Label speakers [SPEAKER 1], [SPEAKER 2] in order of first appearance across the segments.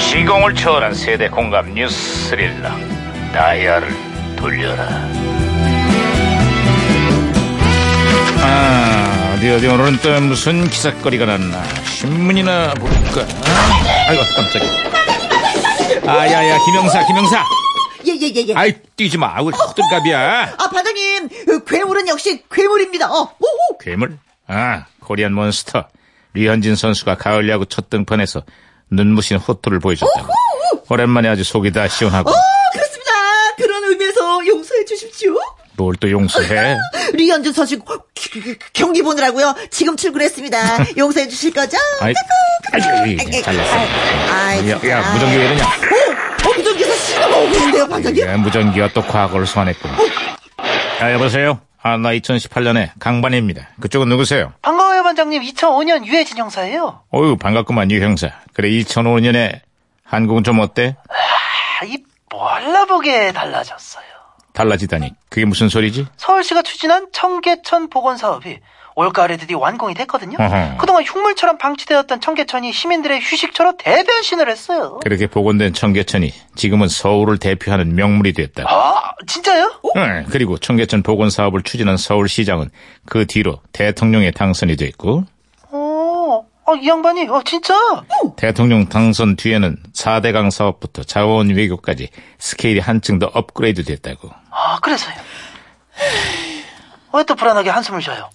[SPEAKER 1] 시공을 초월한 세대 공감 뉴스 스릴러 다이얼을 돌려라 아 어디 어디 오늘은 또 무슨 기사거리가 났나 신문이나 볼까 아이고 깜짝이야 아야야 김영사 김영사
[SPEAKER 2] 예예예 예, 예.
[SPEAKER 1] 아이 뛰지 마 아우 헛들갑이야
[SPEAKER 2] 아 반장님 그 괴물은 역시 괴물입니다. 어, 오호.
[SPEAKER 1] 괴물? 아, 코리안 몬스터. 류현진 선수가 가을 야구 첫 등판에서 눈부신 호투를 보여줬다. 고 오랜만에 아주 속이 다 시원하고
[SPEAKER 2] 어 그렇습니다. 그런 의미에서 용서해 주십시오.
[SPEAKER 1] 뭘 또 용서해?
[SPEAKER 2] 리현준 선수 그, 기- 기- 경기 보느라고요. 지금 출근했습니다. 용서해 주실 거죠?
[SPEAKER 1] 아이, 아이, 잘났어.
[SPEAKER 2] 아이,
[SPEAKER 1] 야,
[SPEAKER 2] 진짜.
[SPEAKER 1] 야, 무전기 왜 이러냐?
[SPEAKER 2] 어, 어, 무전기에서 신호가 오는데요, 반장님.
[SPEAKER 1] 야, 무전기가 또 과거를 소환했군. 아, 여보세요? 아, 나 2018년에 강반입니다. 그쪽은 누구세요?
[SPEAKER 3] 반가워요, 반장님. 2005년 유해진 형사예요.
[SPEAKER 1] 어유 반갑구만, 유 형사. 그래, 2005년에 한국은 좀 어때?
[SPEAKER 3] 아, 이 몰라보게 달라졌어요.
[SPEAKER 1] 달라지다니. 그게 무슨 소리지?
[SPEAKER 3] 서울시가 추진한 청계천 복원 사업이 올가을에 드디어 완공이 됐거든요.
[SPEAKER 1] 어허.
[SPEAKER 3] 그동안 흉물처럼 방치되었던 청계천이 시민들의 휴식처로 대변신을 했어요.
[SPEAKER 1] 그렇게 복원된 청계천이 지금은 서울을 대표하는 명물이 됐다.
[SPEAKER 3] 아, 진짜요?
[SPEAKER 1] 응, 그리고 청계천 복원 사업을 추진한 서울시장은 그 뒤로 대통령에 당선이 됐고
[SPEAKER 3] 어, 어, 이 양반이, 어, 진짜?
[SPEAKER 1] 대통령 당선 뒤에는 4대강 사업부터 자원 외교까지 스케일이 한층 더 업그레이드 됐다고.
[SPEAKER 3] 아, 그래서요. 왜 또 불안하게 한숨을 쉬어요?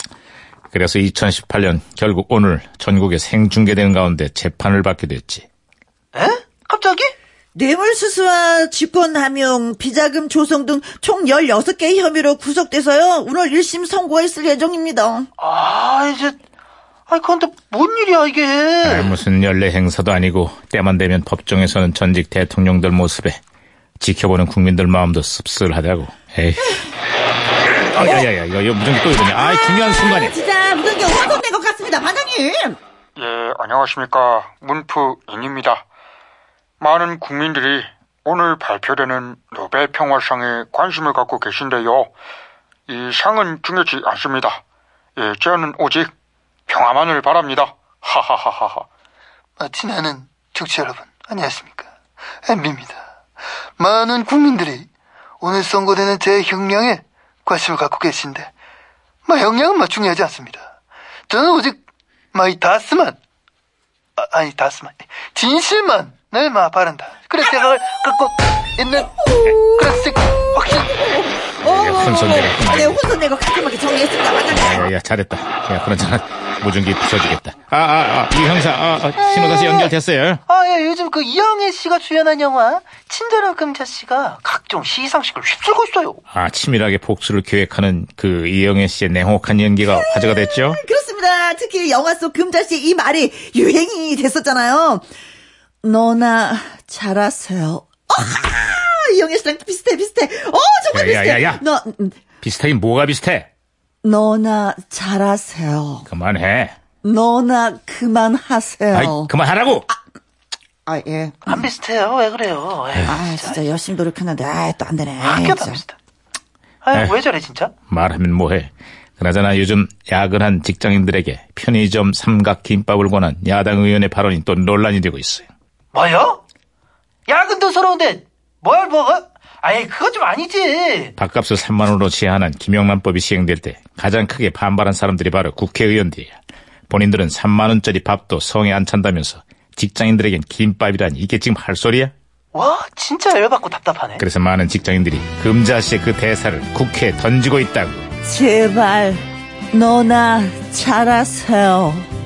[SPEAKER 1] 그래서 2018년 결국 오늘 전국에 생중계된 가운데 재판을 받게 됐지.
[SPEAKER 3] 에? 갑자기?
[SPEAKER 2] 뇌물수수와 직권남용, 비자금 조성 등 총 16개의 혐의로 구속돼서요. 오늘 1심 선고했을 예정입니다.
[SPEAKER 3] 아, 이제, 아이, 그건 또 뭔 일이야, 이게.
[SPEAKER 1] 아, 무슨 연례 행사도 아니고 때만 되면 법정에서는 전직 대통령들 모습에 지켜보는 국민들 마음도 씁쓸하다고. 에이. 아, 야, 야, 야, 야, 무전기 또 이러냐. 아, 중요한 순간에.
[SPEAKER 2] 진짜 무전기 혼선된 것 같습니다, 반장님.
[SPEAKER 4] 예, 안녕하십니까. 문프인입니다. 많은 국민들이 오늘 발표되는 노벨 평화상에 관심을 갖고 계신데요. 이 상은 중요치 않습니다. 예, 저는 오직 평화만을 바랍니다. 하하하하하.
[SPEAKER 3] 아, 지나는 정치 여러분, 안녕하십니까. 엠비입니다. 많은 국민들이 오늘 선고되는 제 형량에 관심을 갖고 계신데, 마, 형량은 마, 중요하지 않습니다. 저는 오직, 마, 이 다스만, 아, 아니, 다스만, 진실만, 을 마, 바란다. 그래서 생각을 갖고 있는, 그런 생, 확신,
[SPEAKER 2] 어,
[SPEAKER 1] 예, 혼선되겠구나.
[SPEAKER 2] 네, 혼선된 것 깔끔하게 정리했습니다, 반장님.
[SPEAKER 1] 야, 야, 잘했다. 야, 그런저런 무전기 부서지겠다. 아, 아, 아, 이 형사, 아, 아, 신호 다시 연결됐어요.
[SPEAKER 3] 아, 예, 요즘 그 이영애 씨가 주연한 영화, 친절한 금자 씨가 각종 시상식을 휩쓸고 있어요.
[SPEAKER 1] 아, 치밀하게 복수를 계획하는 그 이영애 씨의 냉혹한 연기가 화제가 됐죠?
[SPEAKER 2] 그렇습니다. 특히 영화 속 금자씨 이 말이 유행이 됐었잖아요. 너나 잘하세요. 어, 이영애 씨랑 비슷해, 비슷해. 어, 정말
[SPEAKER 1] 야, 야, 야,
[SPEAKER 2] 비슷해.
[SPEAKER 1] 야.
[SPEAKER 2] 너, 음,
[SPEAKER 1] 비슷하긴 뭐가 비슷해?
[SPEAKER 2] 너나 잘하세요.
[SPEAKER 1] 그만해.
[SPEAKER 2] 너나 그만하세요.
[SPEAKER 1] 아이, 그만하라고!
[SPEAKER 2] 아, 예.
[SPEAKER 3] 안 비슷해요. 왜 그래요? 예. 에이,
[SPEAKER 2] 아, 진짜 열심히 노력했는데, 아, 또 안 되네.
[SPEAKER 3] 학교
[SPEAKER 1] 그
[SPEAKER 2] 진짜. 네.
[SPEAKER 3] 다닙시다. 아유, 왜 저래, 진짜?
[SPEAKER 1] 말하면 뭐해. 그나저나 요즘 야근한 직장인들에게 편의점 삼각김밥을 권한 야당 의원의 발언이 또 논란이 되고 있어요.
[SPEAKER 3] 뭐요? 야근도 서러운데, 뭘 뭐, 먹어? 아이, 그거 좀 아니지.
[SPEAKER 1] 밥값을 3만 원으로 제한한 김영란법이 시행될 때 가장 크게 반발한 사람들이 바로 국회의원들이야. 본인들은 3만 원짜리 밥도 성에 안 찬다면서 직장인들에겐 김밥이란 이게 지금 할 소리야?
[SPEAKER 3] 와, 진짜 열받고 답답하네.
[SPEAKER 1] 그래서 많은 직장인들이 금자 씨의 그 대사를 국회에 던지고 있다고.
[SPEAKER 2] 제발, 너나 잘하세요.